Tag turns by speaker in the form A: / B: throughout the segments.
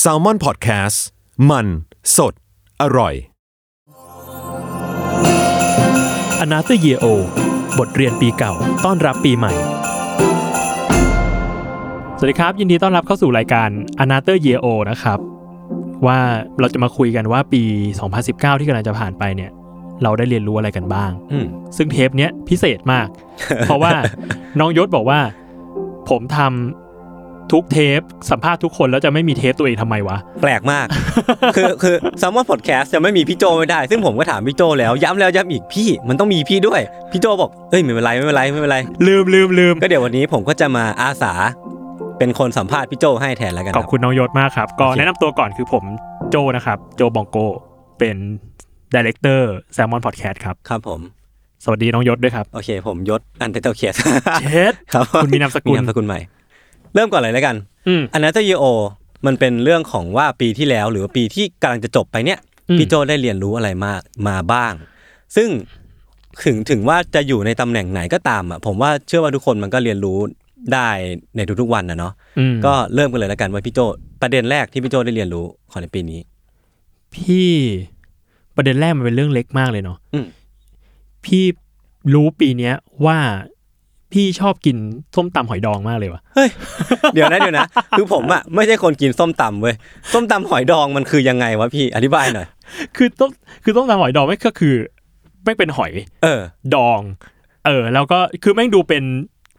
A: แซลมอนพอดแคสต์มันสดอร่อย
B: อนาเตอร์เยโอบทเรียนปีเก่า ต้อนรับปีใหม่ สวัสดีครับ ยินดีต้อนรับเข้าสู่รายการ a n a t h e r Year O นะครับ ว่าเราจะมาคุยกันว่าปี 2019 ที่กำลังจะผ่านไปเนี่ย เราได้เรียนรู้อะไรกันบ้าง
C: อืม
B: ซึ่งเทปเนี้ยพิเศษมาก เพราะว่าน้องยศบอกว่า ผมทำทุกเทปสัมภาษณ์ทุกคนแล้วจะไม่มีเทปตัวเองทำไมวะ
C: แปลกมาก คือคือซัมมอนพอดแคสต์จะไม่มีพี่โจไม่ได้ ซึ่งผมก็ถามพี่โจแล้วย้ำแล้วย้ำอีกพี่มันต้องมีพี่ด้วย พี่โจบอกเอ้ยไม่เป็นไรไม่เป็นไรไม่เป็นไร
B: ลืมลืมลืม
C: ก็เดี๋ยววันนี้ผมก็จะมาอาสา เป็นคนสัมภาษณ์พี่โจให้แทนแล้วกัน
B: ข
C: ค
B: อบ
C: รับ
B: คุณน้องยศมากครับ ก็
C: โอเค
B: แนะนำตัวก่อนคือผมโจนะครับ โจบองโก เป็นดีเลกเตอร์แซลมอนพอดแคสต์ครับ
C: ครับผม
B: สวัสดีน้องยศด้วยครับ
C: โอเค ผมยศอันเตอร์เคส
B: เช็ด
C: ครับ
B: คุณมีนามสกุล
C: นามสกุลใหม่ เริ่มก่อนเลยแล้วกัน
B: อืม
C: อันนั้นจะยโอมันเป็นเรื่องของว่าปีที่แล้ว หรือว่าปีที่กำลังจะจบไปเนี่ย
B: อืม
C: พี่โจได้เรียนรู้อะไรมากมาบ้าง ซึ่งถึงถึงว่าจะอยู่ในตำแหน่งไหนก็ตามอ่ะผมว่าเชื่อว่าทุกคนมันก็เรียนรู้ได้ในทุกๆวันนะเนาะ
B: อืม
C: ก็เริ่มกันเลยแล้วกันว่าพี่โจประเด็นแรกที่พี่โจได้เรียนรู้ของในปีนี้
B: พี่ประเด็นแรกมันเป็นเรื่องเล็กมากเลยเนาะ
C: อืม
B: พี่รู้ปีเนี้ยว่าพี่ชอบกินส้มตำหอยดองมาก เลยว่ะ
C: เดี๋ยวนะเดี๋ยว นะคือผมอ่ะไม่ใช่คนกินส้มตำเว้ยส้มตำหอยดองมันคือยังไงวะพี่อธิบายหน่อย
B: คือต้มคือส้มตำหอยดองไม่งก็คือไม่งเป็นหอย
C: เออ
B: ดอง เออ แล้วก็คือแม่งดูเป็น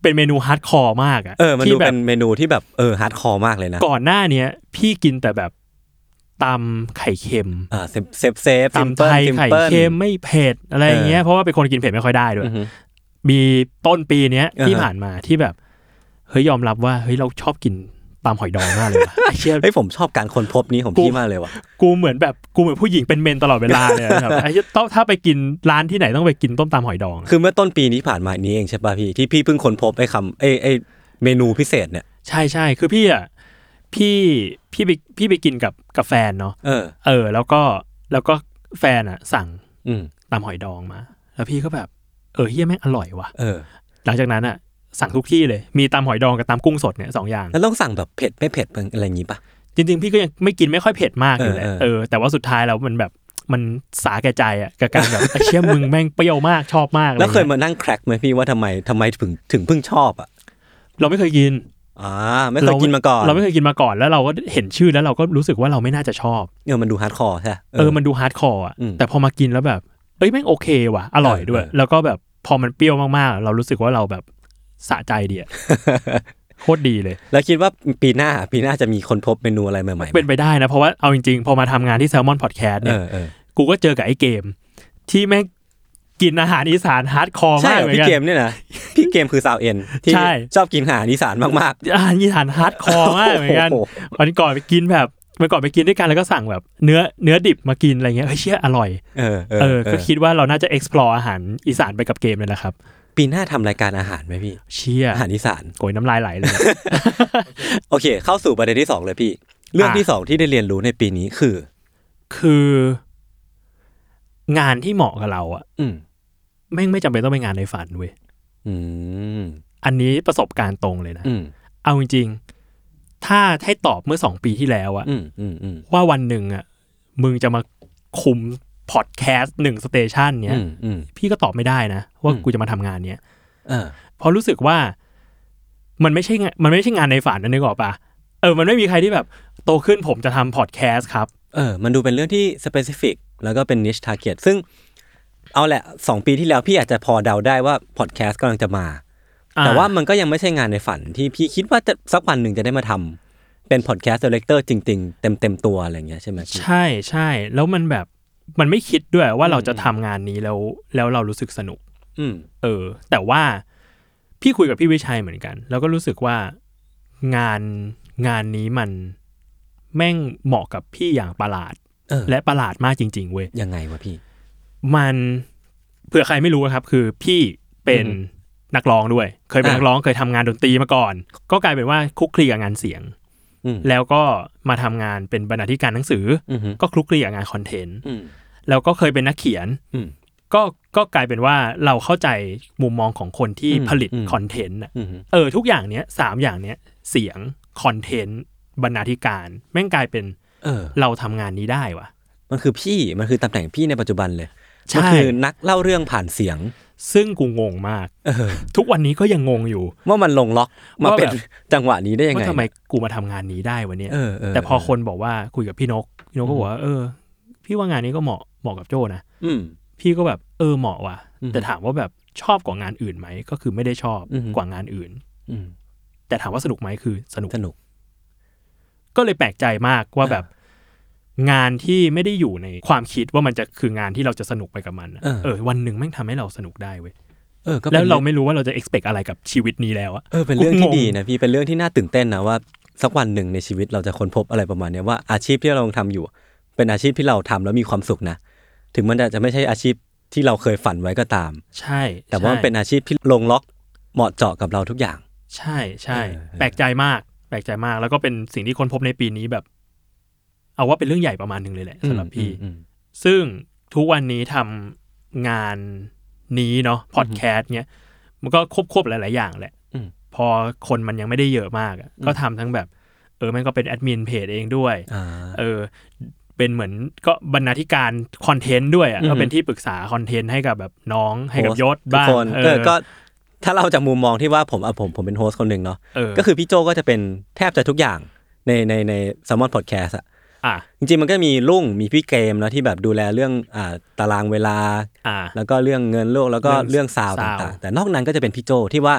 B: เป็นเมนูฮาร์ดคอร์มากอะ
C: เออ มัน
B: ที่
C: ดู
B: แบบ
C: เป็นเมนูที่แบบเออฮาร์ดคอร์มากเลยนะ
B: ก่อนหน้าเนี้ยพี่กินแต่แบบตำไข่เค็ม
C: อ่าเซฟเซฟเซฟ
B: ตำไทยไข่เค็มไม่เผ็ดอะไรอย่างเงี้ยเพราะว่าเป็นคนกินเผ็ดไม่ค่อยได้ด้วย มีต้นปีเนี้ย
C: อ่าฮะ
B: ที่ผ่านมาที่แบบเฮ้ยยอมรับว่าเฮ้ยเราชอบกินตำหอยดองมากเลยว่ะ ไอ้เชี่ย
C: เฮ้ยผมชอบการค้นพบนี้ของพี่มากเลยว่ะ
B: กูเหมือนแบบกูเหมือนผู้หญิงเป็นเมนตลอดเวลาเลยนะครับ ไอ้เชี่ยต้องถ้าไปกินร้านที่ไหนต้องไปกินต้มตำหอยดอง
C: คือเมื่อต้นปีนี้ผ่านมานี้เองใช่ป่ะพี่ ที่พี่เพิ่งค้นพบไอ้คำไอ้ไอ้เมนูพิเศษเนี่ย
B: ใช่ใช่คือพี่อ่ะพี่พี่ไปพี่ไปกินกับกับแฟนเนาะ
C: เออ
B: เออ แล้วก็แล้วก็แฟนอ่ะ สั่ง
C: อืม
B: ตามหอยดองมา แล้วพี่ก็แบบ เออเฮียแม่งอร่อยว่ะ
C: เออ
B: หลังจากนั้นอะสั่งทุกที่เลย มีตามหอยดองกับตามกุ้งสดเนี่ยสองอย่าง
C: แล้วต้องสั่งแบบเผ็ดไม่เผ็ดอะไรอย่างงี้ป่ะ
B: จริงๆ พี่ก็ยังไม่กินไม่ค่อยเผ็ดมากอยู่แหละ
C: เออเออ
B: เออ แต่ว่าสุดท้ายแล้วมันแบบมันสาแก่ใจอะกับการแบบ ไอ้เชี่ยมึงแม่งเปรี้ยวมากชอบมากอะ
C: แล้
B: ไร
C: วเคย
B: เงี้ย
C: มานั่งแครกไหมพี่ว่าทำไมทำไมถึงถึงเพิ่งชอบอ่ะ
B: เราไม่เคยกิน
C: อ่าไม่เคยกินมาก่อน
B: เราไม่เคยกินมาก่อนแล้วเราก็เห็นชื่อแล้วเราก็รู้สึกว่าเราไม่น่าจะชอบ
C: เออมันดูฮาร์ดคอร์ใช่ปะ
B: เออ มันดูฮาร์ดคอร์อะ
C: อืม
B: แต่พอมากินแล้วแบบ เอ้ย แม่งโอเคว่ะ อร่อยด้วย
C: เออเออ
B: แล้วก็แบบ พอมันเปรี้ยวมากๆ เรารู้สึกว่าเราแบบสะใจดี อะ โคตรดีเลย
C: แล้วคิดว่าปีหน้าปีหน้าจะมีคนพบเมนูอะไรใหม่ๆไหม
B: เป็นไปได้นะ เพราะว่าเอาจริงๆ พอมาทำงานที่แซลมอนพอดแคสต์
C: เอ
B: เนี่ย
C: อเออ
B: กูก็เจอกับไอ้เกม ที่แม่งกินอาหารอีสานฮาร์ดคอร์
C: ใช่
B: มาก
C: เห
B: เห
C: รอ
B: มือน
C: พี่
B: กั
C: เก
B: น
C: ม เนี่ยนะพี่เกมคือสาวเอ็นที่
B: ใช่
C: ชอบกินอาหารอีสานมากๆ
B: อาหารอีสานฮาร์ดคอร์มากเหมือนกัน
C: โโห
B: วันก่อนไปกินแบบวันก่อนไปกินด้วยกันแล้วก็สั่งแบบเนื้อเนื้อดิบมากินอะไรเงี้ยเฮ้ยเชี่ยอร่อย
C: เออเอ
B: เอ
C: อ
B: อ
C: เอ
B: ก็
C: อ
B: คิดว่าเราน่าจะ explore อาหารอีสานไปกับเกมเลยนะครับ
C: ปีหน้าทำรายการอาหารไหมพี่
B: เชี่ย
C: อาหารอีสาน
B: โกยน้ำลายไหลเลยอะ
C: โอเค เข้าสู่ประเด็นที่ 2 เลยพี่ เรื่องที่ 2 ที่ได้เรียนรู้ในปีนี้คือ
B: คือ งานที่เหมาะกับเราอะ
C: อืม
B: แม่งไม่จำเป็นต้องเป็นงานในฝันเว้ย
C: อืม
B: อันนี้ประสบการณ์ตรงเลยนะ
C: อืม
B: เอาจริงๆ ถ้าให้ตอบเมื่อสองปีที่แล้วอะ
C: อืมอืมอืม
B: ว่าวันหนึ่งอะมึงจะมาคุมพอดแคสต์หนึ่งสเตชันเนี้
C: อื
B: ย
C: มอืม
B: พี่ก็ตอบไม่ได้นะ ว่า
C: อืม
B: กูจะมาทำงานเนี้ย
C: เออ
B: เพราะรู้สึกว่ามันไม่ใช่งานมันไม่ใช่งานในฝันนะนึกออกปะเออ มันไม่มีใครที่แบบโตขึ้นผมจะทำพอดแคสต์ครับ
C: เออ มันดูเป็นเรื่องที่ specific แล้วก็เป็น niche target ซึ่งเอาแหละ 2 ปีที่แล้วพี่อาจจะพอเดาได้ว่า podcast กำลังจะมา แต่ว่ามันก็ยังไม่ใช่งานในฝันที่พี่คิดว่าจะสักวันหนึ่งจะได้มาทำเป็น podcast director จริง ๆ เต็มเต็มๆตัวอะไรอย่างเงี้ยใช่ไหมพี่
B: ใช่ใช่แล้วมันแบบมันไม่คิดด้วยว่าเราจะทำงานนี้แล้วแล้วเรารู้สึกสนุก
C: อืม
B: เออ แต่ว่าพี่คุยกับพี่วิชัยเหมือนกัน แล้วก็รู้สึกว่างานงานนี้มันแม่งเหมาะกับพี่อย่างประหลาด
C: เออ
B: และประหลาดมากจริง ๆเว้ย
C: ยังไงวะพี่
B: มันเผื่อใครไม่รู้นะครับ คือพี่เป็น
C: อือฮึ
B: นักร้องด้วย เคยเป็น
C: อ่า
B: นักร้องเคยทำงานดนตรีมาก่อน ก็กลายเป็นว่าคลุกคลีกับงานเสียง
C: อืม
B: แล้วก็มาทำงานเป็นบรรณาธิการหนังสือ
C: อืม
B: ก็คลุกคลีกับงานคอนเทนต์
C: อืม
B: แล้วก็เคยเป็นนักเขียน
C: อืม
B: ก็ก็กลายเป็นว่าเราเข้าใจมุมมองของคนที่
C: อืม
B: ผลิต
C: อืม
B: คอนเทนต์น่ะ
C: อืม
B: เออทุกอย่างเนี้ยสามอย่างเนี้ยเสียงคอนเทนต์ บรรณาธิการ แม่งกลายเป็น
C: เออ
B: เราทำงานนี้ได้ว่ะ
C: มันคือพี่มันคือตำแหน่งพี่ในปัจจุบันเลย
B: ใช่
C: มัคือนักเล่าเรื่องผ่านเสียง
B: ซึ่งกูงงมาก
C: เออ
B: ทุกวันนี้ก็ยังงงอยู่
C: ว่ามันลงล็อกมา
B: ว่าแบบ
C: เป็นจังหวะนี้ได้ยัง
B: ว่า
C: ไง
B: ทำไมกูมาทำงานนี้ได้วะเนี่ย
C: เออเ
B: แต่พอคนบอกว่าคุยกับพี่นก พี่นกก็บอกว่า เออ พี่ว่างานนี้ก็เหมาะเหมาะกับโจ้นะ
C: อืม
B: พี่ก็แบบเออเหมาะว่ะ
C: อืม
B: แต่ถามว่าแบบชอบกว่างานอื่นไหม ก็คือไม่ได้ชอบ
C: อือฮึ
B: กว่างานอื่น
C: อืม
B: แต่ถามว่าสนุกไหมคือสนุก
C: สนุก
B: ก็เลยแปลกใจมากว่าแบบ งานที่ไม่ได้อยู่ในความคิดว่ามันจะคืองานที่เราจะสนุกไปกับมันน่ะ
C: เออ
B: เออ วันหนึ่งแม่งทำให้เราสนุกได้เว้ย
C: เออก็ป็น
B: แล้วเราไม่รู้ว่าเราจะ expect อะไรกับชีวิตนี้แล้วอะ
C: เออเป็นเรื่องที่
B: งง
C: ดีนะพี่เป็นเรื่องที่น่าตื่นเต้นนะว่าสักวันหนึ่งในชีวิตเราจะค้นพบอะไรประมาณเนี้ยว่าอาชีพที่เราทำอยู่ เป็นอาชีพที่เราทำแล้วมีความสุขนะถึงมันจะไม่ใช่อาชีพที่เราเคยฝันไว้ก็ตาม
B: ใช่
C: แต่ว่ามันเป็นอาชีพที่ลงล็อกเหมาะเจาะกับเราทุกอย่าง
B: ใช่ใช่
C: เออเออ
B: แปลกใจมาก แปลกใจมาก แล้วก็เป็นสิ่งที่คนพบในปีนี้แบบ เอาว่าเป็นเรื่องใหญ่ประมาณหนึ่งเลยแหละสำหรับพี่
C: อืม
B: ซึ่งทุกวันนี้ทำงานนี้เนาะพอดแคสต์เนี้ยมันก็ควบควบหลาย ๆ อย่างแหละ
C: อืม
B: พอคนมันยังไม่ได้เยอะมากอะก็ทำทั้งแบบ เออแม่งก็เป็นแอดมินเพจเองด้วย
C: อ่า
B: เออ เป็นเหมือนก็บรรณาธิการคอนเทนต์ด้วยอ่ะ
C: อือฮึ
B: ก็เป็นที่ปรึกษาคอนเทนต์ให้กับแบบน้องให้กับ
C: โฮสต์
B: ยศบ้าง
C: ทุกคนเออก็ถ้าเราจากมุมมองที่ว่าผมอ่ะผมผมเป็นโฮสต์คนหนึ่งเนาะ
B: เออ
C: ก็คือพี่โจก็จะเป็นแทบจะทุกอย่างในในในสมอนพอดแคสอะ
B: อ่ะ
C: จริงๆมันก็มีลุงมีพี่เกมเนาะที่แบบดูแลเรื่องอ่าตารางเวลา
B: อ่ะ
C: แล้วก็เรื่องเงินโลกแล้วก็
B: เรื่
C: เรื่
B: อ
C: อง งซาวด์
B: ซาวด์
C: ต่างๆ แต่นอกนั้นก็จะเป็นพี่โจที่ว่า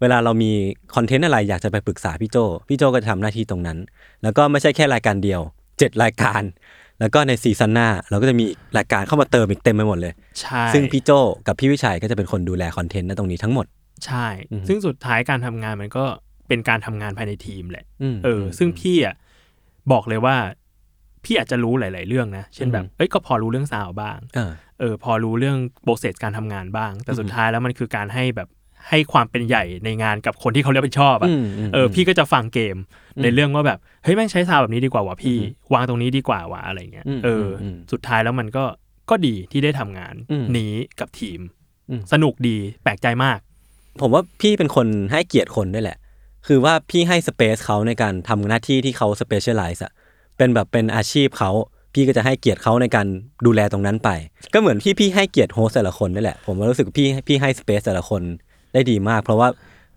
C: เวลาเรามีคอนเทนต์อะไรอยากจะไปปรึกษาพี่โจพี่โจก็จะทำหน้าที่ตรงนั้น แล้วก็ไม่ใช่แค่รายการเดียวเจ็ดรายการ แล้วก็ในซีซั่นหน้าเราก็จะมีรายการเข้ามาเติมอีกเต็มไปหมดเลย
B: ใช่
C: ซึ่งพี่โจกับพี่วิชัยก็จะเป็นคนดูแลคอนเทนต์ณตรงนี้ทั้งหมด
B: ใช่
C: อือฮึ
B: ซึ่งสุดท้ายการทำงานมันก็เป็นการทำงานภายในทีมแหละ
C: ม
B: เออ ซึ่งพี่อ่ะบอกเลยว่า พี่อาจจะรู้หลาย ๆ เรื่องนะ เช่นแบบ
C: อืม
B: เอ้ยก็พอรู้เรื่องสาวบ้าง
C: เออ
B: เออ พอรู้เรื่องโปรเซสการทำงานบ้าง แต่สุด
C: อืม
B: ท้ายแล้วมันคือการให้แบบให้ความเป็นใหญ่ในงานกับคนที่เขาเรียกผิดชอบอ่ะ
C: มม
B: เออพี่ก็จะฟังเกม
C: อืม
B: ในเรื่องว่าแบบเฮ้ยแม่งใช้ซาวแบบนี้ดีกว่าวะพี่
C: อืม
B: วางตรงนี้ดีกว่าวะอะไรเงี้ย
C: อืม
B: เอออ
C: ม
B: สุดท้ายแล้วมันก็ก็ดีที่ได้ทำงาน
C: อืม
B: นี้กับทีม
C: อืม
B: สนุกดีแปลกใจมาก
C: ผมว่าพี่เป็นคนให้เกียรติคนด้วยแหละ คือว่าพี่ให้สเปซเขาในการทำหน้าที่ที่เขาสเปเชียลไลซ์อะเป็นแบบเป็นอาชีพเขา พี่ก็จะให้เกียรติเขาในการดูแลตรงนั้นไป ก็เหมือนพี่พี่ให้เกียรติโฮสต์แต่ละคนนี่แหละ ผมว่ารู้สึกพี่พี่ให้สเปซแต่ละคนได้ดีมาก เพราะว่า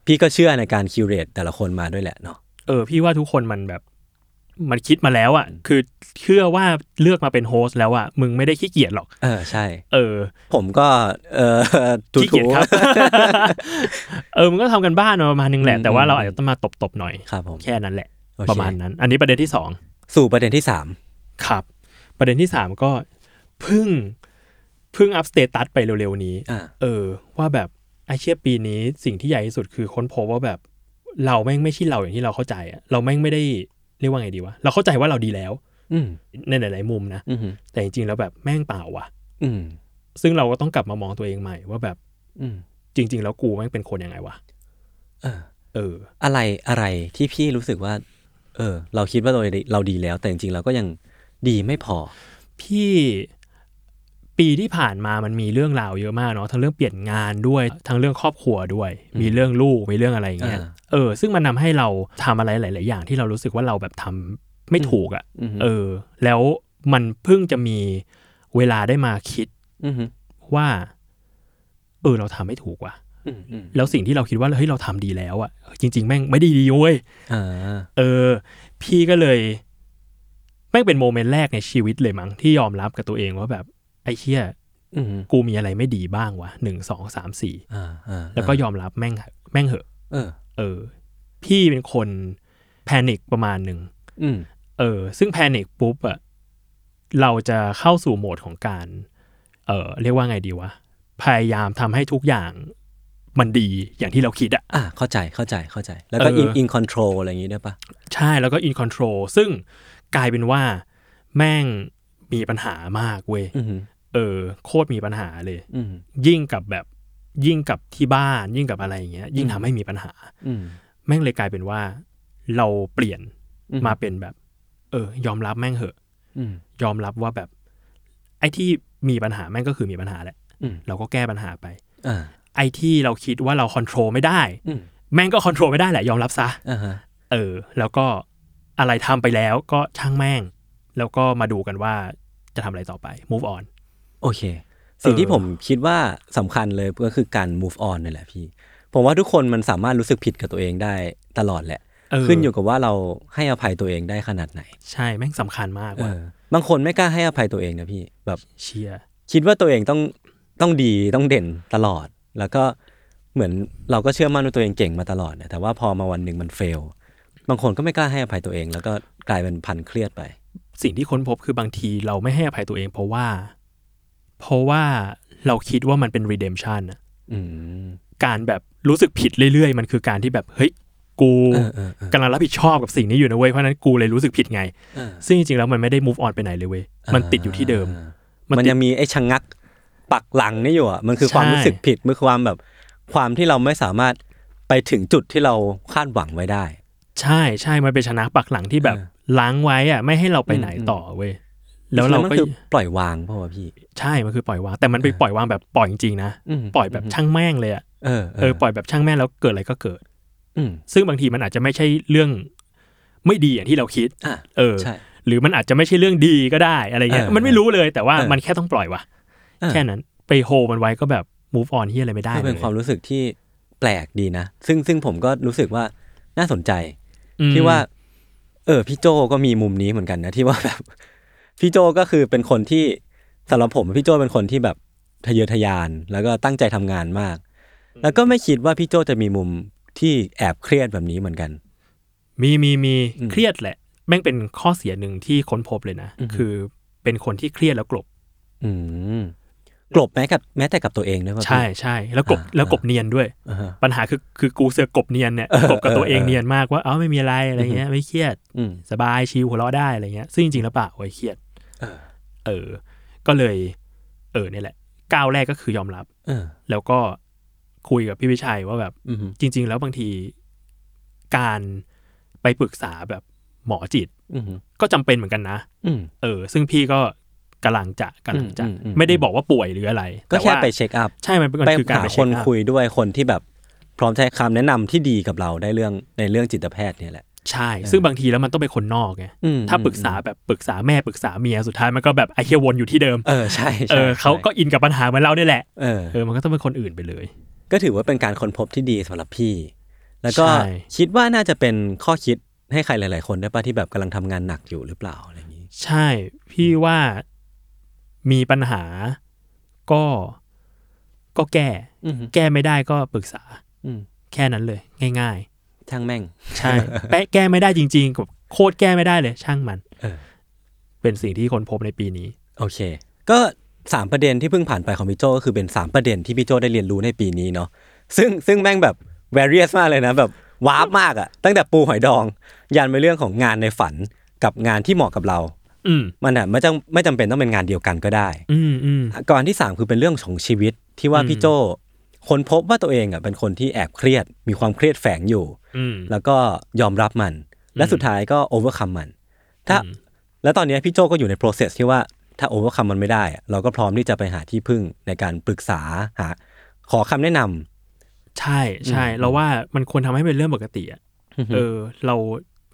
C: พี่ก็เชื่อในการคิวเรตแต่ละคนมาด้วยแหละเนาะ
B: เออพี่ว่าทุกคนมันแบบ มันคิดมาแล้วอะ่ะ คือเชื่อว่าเลือกมาเป็นโฮสต์แล้วอะ่ะมึงไม่ได้ขี้เกียจหรอก
C: เออใช่
B: เออ
C: ผมก็เออ ถู
B: ขี้เกียจ
C: ๆ
B: ครับ เออมึงก็ทำกันบ้านมาประมาณนึงแหละ
C: อืม
B: แต่ว่าเรา
C: อืม
B: อาจจะต้องมาตบๆหน่อย
C: ครับผม
B: แค่นั้นแหละ
C: โอเค
B: ประมาณนั้น อันนี้ประเด็นที่สอง
C: สู่ประเด็นที่สาม
B: ครับ ประเด็นที่สามก็เพึ่งเพึ่งอัพสเตตัสไปเร็วๆนี้
C: อ่า
B: เออ ว่าแบบไอเชียปีนี้สิ่งที่ใหญ่ที่สุดคือค้นพบว่าแบบ เราแม่งไม่ใช่เราอย่างที่เราเข้าใจอะเราแม่งไม่ได้เรียกว่าไงดีวะเราเข้าใจว่าเราดีแล้ว
C: อืม
B: ในหลายๆมุมนะ
C: อืม
B: แต่จริงๆแล้วแบบแม่งเปล่าวะ
C: อืม
B: ซึ่งเราก็ต้องกลับมามองตัวเองใหม่ว่าแบบ
C: อืม
B: จริง ๆ แล้วกูแม่งเป็นคนยังไงวะ
C: เออ
B: เออ
C: อะไรอะไรที่พี่รู้สึกว่า เออ เราคิดว่าเราดีเราดีแล้ว แต่จริงๆเราก็ยังดีไม่พอ
B: พี่ปีที่ผ่านมามันมีเรื่องราวเยอะมากเนาะทั้งเรื่องเปลี่ยนงานด้วย ทั้งเรื่องครอบครัวด้วย มีเรื่องลูกมีเรื่องอะไรอย่างเงี้ย
C: อ่า
B: เออ ซึ่งมันนำให้เราทำอะไรหลาย ๆ อย่างที่เรารู้สึกว่าเราแบบทำไม่ถูกอะ่ะ
C: อือฮึ
B: เออ แล้วมันเพิ่งจะมีเวลาได้มาคิด
C: อือฮึ
B: ว่า เออเราทำไม่ถูกว่ะ
C: อืมอืม
B: แล้วสิ่งที่เราคิดว่าเฮ้ยเราทำดีแล้วอะ่ะจริง ๆ แม่งไม่ได้ดีเว้ย
C: อ่า
B: เออ พี่ก็เลยแม่งเป็นโมเมนต์แรกในชีวิตเลยมั้งที่ยอมรับกับตัวเองว่าแบบไอ้เชี่ย
C: อืม
B: กูมีอะไรไม่ดีบ้างวะหนึ่งสองสามสี่
C: อ่าอ่า
B: แล้วก็ยอมรับแม่งแม่งเหอะ
C: เออ
B: เออ พี่เป็นคนแพนิคประมาณหนึ่ง
C: อืม
B: เออ ซึ่งแพนิคปุ๊บอะเราจะเข้าสู่โหมดของการ เออเรียกว่าไงดีวะพยายามทำให้ทุกอย่างมันดีอย่างที่เราคิดอะ
C: อ่าเข้าใจเข้าใจเข้าใจ แล้วก็
B: เออ
C: อินอินคอนโทรลอะไรอย่างงี้ด้วยปะ
B: ใช่แล้วก็อินคอนโทรลซึ่งกลายเป็นว่าแม่งมีปัญหามากเว้ย
C: อืม
B: เออ โคตรมีปัญหาเลย
C: อืม
B: ยิ่งกับแบบยิ่งกับที่บ้านยิ่งกับอะไรอย่างเงี้ย ยิ่งทำให้มีปัญหา
C: อืม
B: แม่งเลยกลายเป็นว่า เราเปลี่ยน
C: อืม
B: มาเป็นแบบ เออ ยอมรับแม่งเหอะ
C: อืม
B: ยอมรับว่าแบบ ไอ้ที่มีปัญหาแม่งก็คือมีปัญหาแหละ
C: อืม
B: เราก็แก้ปัญหาไป
C: อ่า
B: ไอ้ที่เราคิดว่าเราคอนโทรลไม่ได้
C: อืม
B: แม่งก็คอนโทรลไม่ได้แหละยอมรับซะ
C: อ่าฮะ
B: เออ แล้วก็ อะไรทำไปแล้วก็ช่างแม่ง แล้วก็มาดูกันว่าจะทำอะไรต่อไป move on
C: โอเค สิ่ง
B: เออ
C: ที่ผมคิดว่าสำคัญเลยก็คือการ move on นี่แหละพี่ ผมว่าทุกคนมันสามารถรู้สึกผิดกับตัวเองได้ตลอดแหละ
B: เ
C: ขึ้นอยู่กับว่าเราให้อภัยตัวเองได้ขนาดไหน
B: ใช่แม่งสำคัญมาก
C: เอ
B: ว่า
C: อบางคนไม่กล้าให้อภัยตัวเองนะพี่ แบบ
B: เชีย
C: คิดว่าตัวเองต้องต้องดีต้องเด่นตลอด แล้วก็เหมือนเราก็เชื่อมั่นว่าตัวเองเก่งมาตลอดนะแต่ว่าพอมาวันหนึ่งมันเฟล บางคนก็ไม่กล้าให้อภัยตัวเอง แล้วก็กลายเป็นพันเครียดไป
B: สิ่งที่ค้นพบคือบางทีเราไม่ให้อภัยตัวเองเพราะว่า เพราะว่าเราคิดว่ามันเป็น redemption อะ
C: อืม
B: การแบบรู้สึกผิดเรื่อยๆ มันคือการที่แบบเฮ้ยกู
C: เออเออเออก
B: ำลังรับผิดชอบกับสิ่งนี้อยู่นะเว้ยเพราะฉะนั้นกูเลยรู้สึกผิดไง
C: เออ
B: ซึ่งจริงๆแล้วมันไม่ได้ move on ไปไหนเลยเว้ยมันติดอยู่ที่เดิม
C: มันยังมีไอ้ชะงงักปักหลังนี่อยู่อ่ะ มันคือ
B: ใช่
C: ความรู้สึกผิด มันคือความแบบความที่เราไม่สามารถไปถึงจุดที่เราคาดหวังไว้ได้
B: ใช่ใช่มันเป็นชนะปักหลังที่แบบ
C: เออ
B: ล้างไว้อะไม่ให้เราไปไหนต่อเว้ยแล้วเรา
C: มัน
B: ก็
C: คือปล่อยวางเพราะว่าพี่
B: ใช่มันคือปล่อยวางแต่มันไปปล่อยวางแบบปล่อยจริงๆนะ
C: อืม
B: ปล่อยแบบช่างแม่งเลยอะ
C: เออ
B: เออปล่อยแบบช่างแม่งแล้วเกิดอะไรก็เกิด
C: อืม
B: ซึ่งบางทีมันอาจจะไม่ใช่เรื่องไม่ดีอย่างที่เราคิด
C: อ่ะ
B: เออ
C: ใช่
B: หรือมันอาจจะไม่ใช่เรื่องดีก็ได้อะไรเงี้ย
C: เออ
B: มันไม่รู้เลยแต่ว่า
C: เออ
B: มันแค่ต้องปล่อยวะ
C: เออ
B: แค่นั้นไปโฮมันไว้ก็แบบ move on ที่อะไรไม่ได้
C: ก็
B: เล
C: เป็น
B: ย
C: ความรู้สึกที่แปลกดีนะ ซึ่งซึ่งผมก็รู้สึกว่าน่าสนใจ
B: อืม
C: ที่ว่า เออพี่โจก็มีมุมนี้เหมือนกันนะที่ว่าแบบ พี่โจก็คือเป็นคนที่สำหรับผมพี่โจเป็นคนที่แบบทะเยอทะยาน แล้วก็ตั้งใจทำงานมาก แล้วก็ไม่คิดว่าพี่โจจะมีมุมที่แอบเครียดแบบนี้เหมือนกัน
B: มีมีมี
C: อืม
B: เครียดแหละ แม่งเป็นข้อเสียหนึ่งที่ค้นพบเลยนะ
C: อือฮึ
B: คือเป็นคนที่เครียดแล้วกลบ
C: อืมกลบแม้กับแม้แต่กับตัวเองด้วยป่ะพี่
B: ใช่ใช่แล้วกลบ
C: อ่า
B: แล้วกลบเนียนด้วย
C: อ่าฮะ
B: ปัญหาคือคือกูเสือกกลบเนียนเนี่ย
C: เออก
B: ลบกับตัว
C: เออ
B: เอง
C: เออ
B: เนียนมากว่าเอ้าไม่มีอะไรอะไรเงี้ยไม่เครียด
C: อืม
B: สบายชิลหัวเราะได้อะไรเงี้ย ซึ่งจริงๆแล้วเปล่าโอ้ยเครียด
C: เออ
B: เออ ก็เลย เออเนี่ยแหละ ก้าวแรกก็คือยอมรับ
C: เออ
B: แล้วก็คุยกับพี่วิชัยว่าแบบ
C: อืม
B: จริง ๆ แล้วบางทีการไปปรึกษาแบบหมอจิต
C: อืม
B: ก็จำเป็นเหมือนกันนะ
C: อืม
B: เออ ซึ่งพี่ก็กำลังจะกำลังจะ
C: อืมอืมอืม
B: ไม่ได้บอกว่าป่วยหรืออะไร
C: ก็แค่
B: ต่ว่า
C: ไปเช็คอัพ
B: ใช่มันเป็น
C: ไป
B: คือการ
C: หา
B: ไป
C: ค
B: เช็
C: น
B: อัพ
C: คุยด้วยคนที่แบบพร้อมใช้คำแนะนำที่ดีกับเราได้เรื่องในเรื่องจิตแพทย์เนี่ยแหละ
B: ใช่ ซึ่งบางทีแล้วมันต้องเป็นคนนอกไง
C: อืม
B: ถ้าปรึกษาแบบปรึกษาแม่ปรึกษาเมียสุดท้ายมันก็แบบไอ้เคียวนอยู่ที่เดิม
C: เออใช่
B: เอ
C: ใช่
B: อเขาก็อินกับปัญหาเหมือนเราเนี่ยแหละ
C: เออ
B: เออ มันก็ต้องเป็นคนอื่นไปเลย
C: ก็ถือว่าเป็นการค้นพบที่ดีสำหรับพี่ แล้วก็
B: ใช่
C: คิดว่าน่าจะเป็นข้อคิดให้ใครหลาย ๆ คนได้ป่ะที่แบบกำลังทำงานหนักอยู่หรือเปล่าอะไรอย่างนี้
B: ใช่ พี่ว่ามีปัญหาก็ ก็แก้
C: อืม
B: แก้ไม่ได้ก็ปรึกษา
C: อืม
B: แค่นั้นเลย ง่าย
C: ช่างแม่ง
B: ๆ ใช่ แปะแก้ไม่ได้จริงๆแบบโคตรแก้ไม่ได้เลย ช่างมัน
C: เออ
B: เป็นสิ่งที่คนพบในปีนี้
C: โอเค ก็สามประเด็นที่เพิ่งผ่านไปของพี่โจก็คือเป็นสามประเด็นที่พี่โจได้เรียนรู้ในปีนี้เนาะซึ่งซึ่งแม่งแบบ various มากเลยนะแบบว้าบมากอะตั้งแต่ปูหอยดอง ยันไปเรื่องของงานในฝันกับงานที่เหมาะกับเรา
B: อืม
C: มันอะไม่จำไม่จำเป็นต้องเป็นงานเดียวกันก็ได้
B: อืมอืม
C: ก่อนที่สามคือเป็นเรื่องของชีวิตที่ว่า
B: อืม
C: พี่โจคนพบว่าตัวเองอ่ะเป็นคนที่แอบเครียด มีความเครียดแฝงอยู่
B: อืม
C: แล้วก็ยอมรับมัน และสุดท้ายก็ overcome มัน ถ้า
B: อืม
C: แล้วตอนเนี้ยพี่โจก็อยู่ใน process ที่ว่าถ้า overcome มันไม่ได้อะเราก็พร้อมที่จะไปหาที่พึ่งในการปรึกษาหา ขอคำแนะนำ
B: ใช่ใช่
C: อืม
B: เราว่ามันควรทำให้เป็นเรื่องปกติอะเออ เรา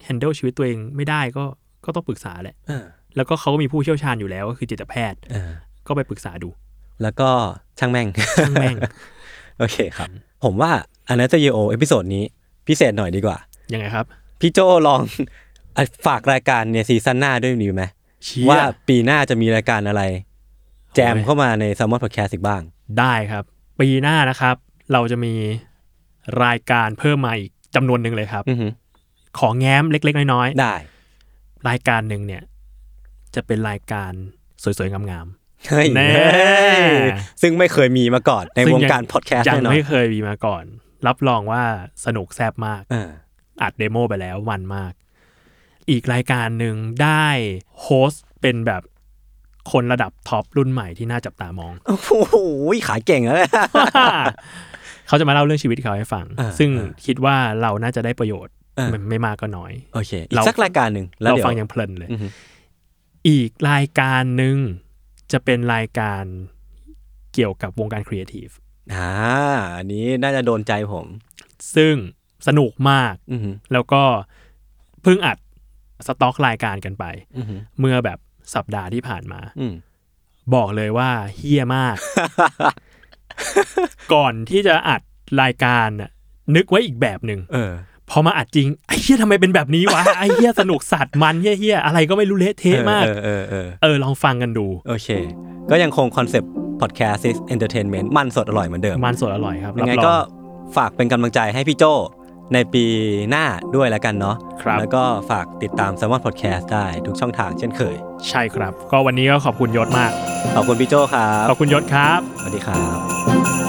B: แฮนเดิลชีวิตตัวเองไม่ได้ก็ก็ต้องปรึกษาแหละ
C: เออ
B: แล้วก็เขาก็มีผู้เชี่ยวชาญอยู่แล้วก็คือจิตแพทย์
C: เออ
B: ก็ไปปรึกษาดู
C: แล้วก็ช่างแม่ง
B: ช่างแม่ง
C: โอเคครับ ผมว่าอันนั้นจะเยโอเอพิโซดนี้พิเศษหน่อยดีกว่า
B: ยังไงครับ
C: พี่โจลอง อ่ะฝากรายการเนี่ยซีซั่นหน้าด้วยดีไหม
B: เชีย
C: ว่าปีหน้าจะมีรายการอะไร แจมเข้ามาใน s ซ m มอนพอดแคสต์อีกบ้าง
B: ได้ครับ ปีหน้านะครับ เราจะมีรายการเพิ่มมาอีกจำนวนหนึ่งเลยครับ
C: อือหือ
B: ของแง้มเล็ก ๆ น้อย
C: ได้
B: ๆ รายการหนึ่งเนี่ย จะเป็นรายการสวยๆ งาม
C: เฮ้ย
B: แน่
C: ซึ่งไม่เคยมีมาก่อนในวงการพอดแคสต์
B: ๆ ยัง
C: แน่นอน
B: ไม่เคยมีมาก่อน รับรองว่าสนุกแซ่บมาก
C: อ่า
B: อัดเดโมไปแล้วมันมาก อีกรายการหนึ่งได้โฮสต์เป็นแบบคนระดับท็อปรุ่นใหม่ที่น่าจับตามอง
C: โอ้โหขายเก่งแล้วนะ
B: เขาจะมาเล่าเรื่องชีวิตเขาให้ฟัง
C: อ่า
B: ซึ่ง
C: อ่า
B: คิดว่าเราน่าจะได้ประโยชน์
C: อ่ามั
B: มันไม่มากก็น้อย
C: โอเค อี
B: เรา
C: กสักรายการหนึ่งแล้ว
B: เรา
C: เดี๋ยว
B: ฟังยังเพลินเลย
C: อือฮึ
B: อีกรายการหนึ่งจะเป็นรายการเกี่ยวกับวงการครีเอทีฟ
C: อ่าอันนี้น่าจะโดนใจผม
B: ซึ่งสนุกมาก
C: อือหือ
B: แล้วก็เพิ่งอัด สต็อกรายการกันไป
C: อือหือ
B: เมื่อแบบสัปดาห์ที่ผ่านมา
C: อืม
B: บอกเลยว่าเฮี้ย มาก ก่อนที่จะอัดรายการน่ะนึกไว้อีกแบบหนึ่ง
C: เออ
B: พอมาอัดจริงไอ้เฮี้ยทำไมเป็นแบบนี้วะ ไอ้เฮี้ยสนุกสัตว์มันเฮี้ยเฮี้ยอะไรก็ไม่รู้เละเทะมาก
C: เออเออเออ
B: เออลองฟังกันดู
C: โอเค ก็ยังคงคอนเซปต์พอดแคสต์ is entertainment มันสดอร่อยเหมือนเดิม
B: มันสดอร่อยครับ
C: ยังไง
B: รับรอ
C: ก็ฝากเป็นกำลังใจให้พี่โจในปีหน้าด้วยแล้วกันเนาะ
B: ครับ
C: แล้วก็ฝากติดตาม s ซ m o n Podcast ได้ทุกช่องทางเช่นเคย
B: ใช่ครับ ก็วันนี้ก็ขอบคุณยศมาก
C: ขอบคุณพี่โจครับ
B: ขอบคุณยศครับ
C: สวัสดีครับ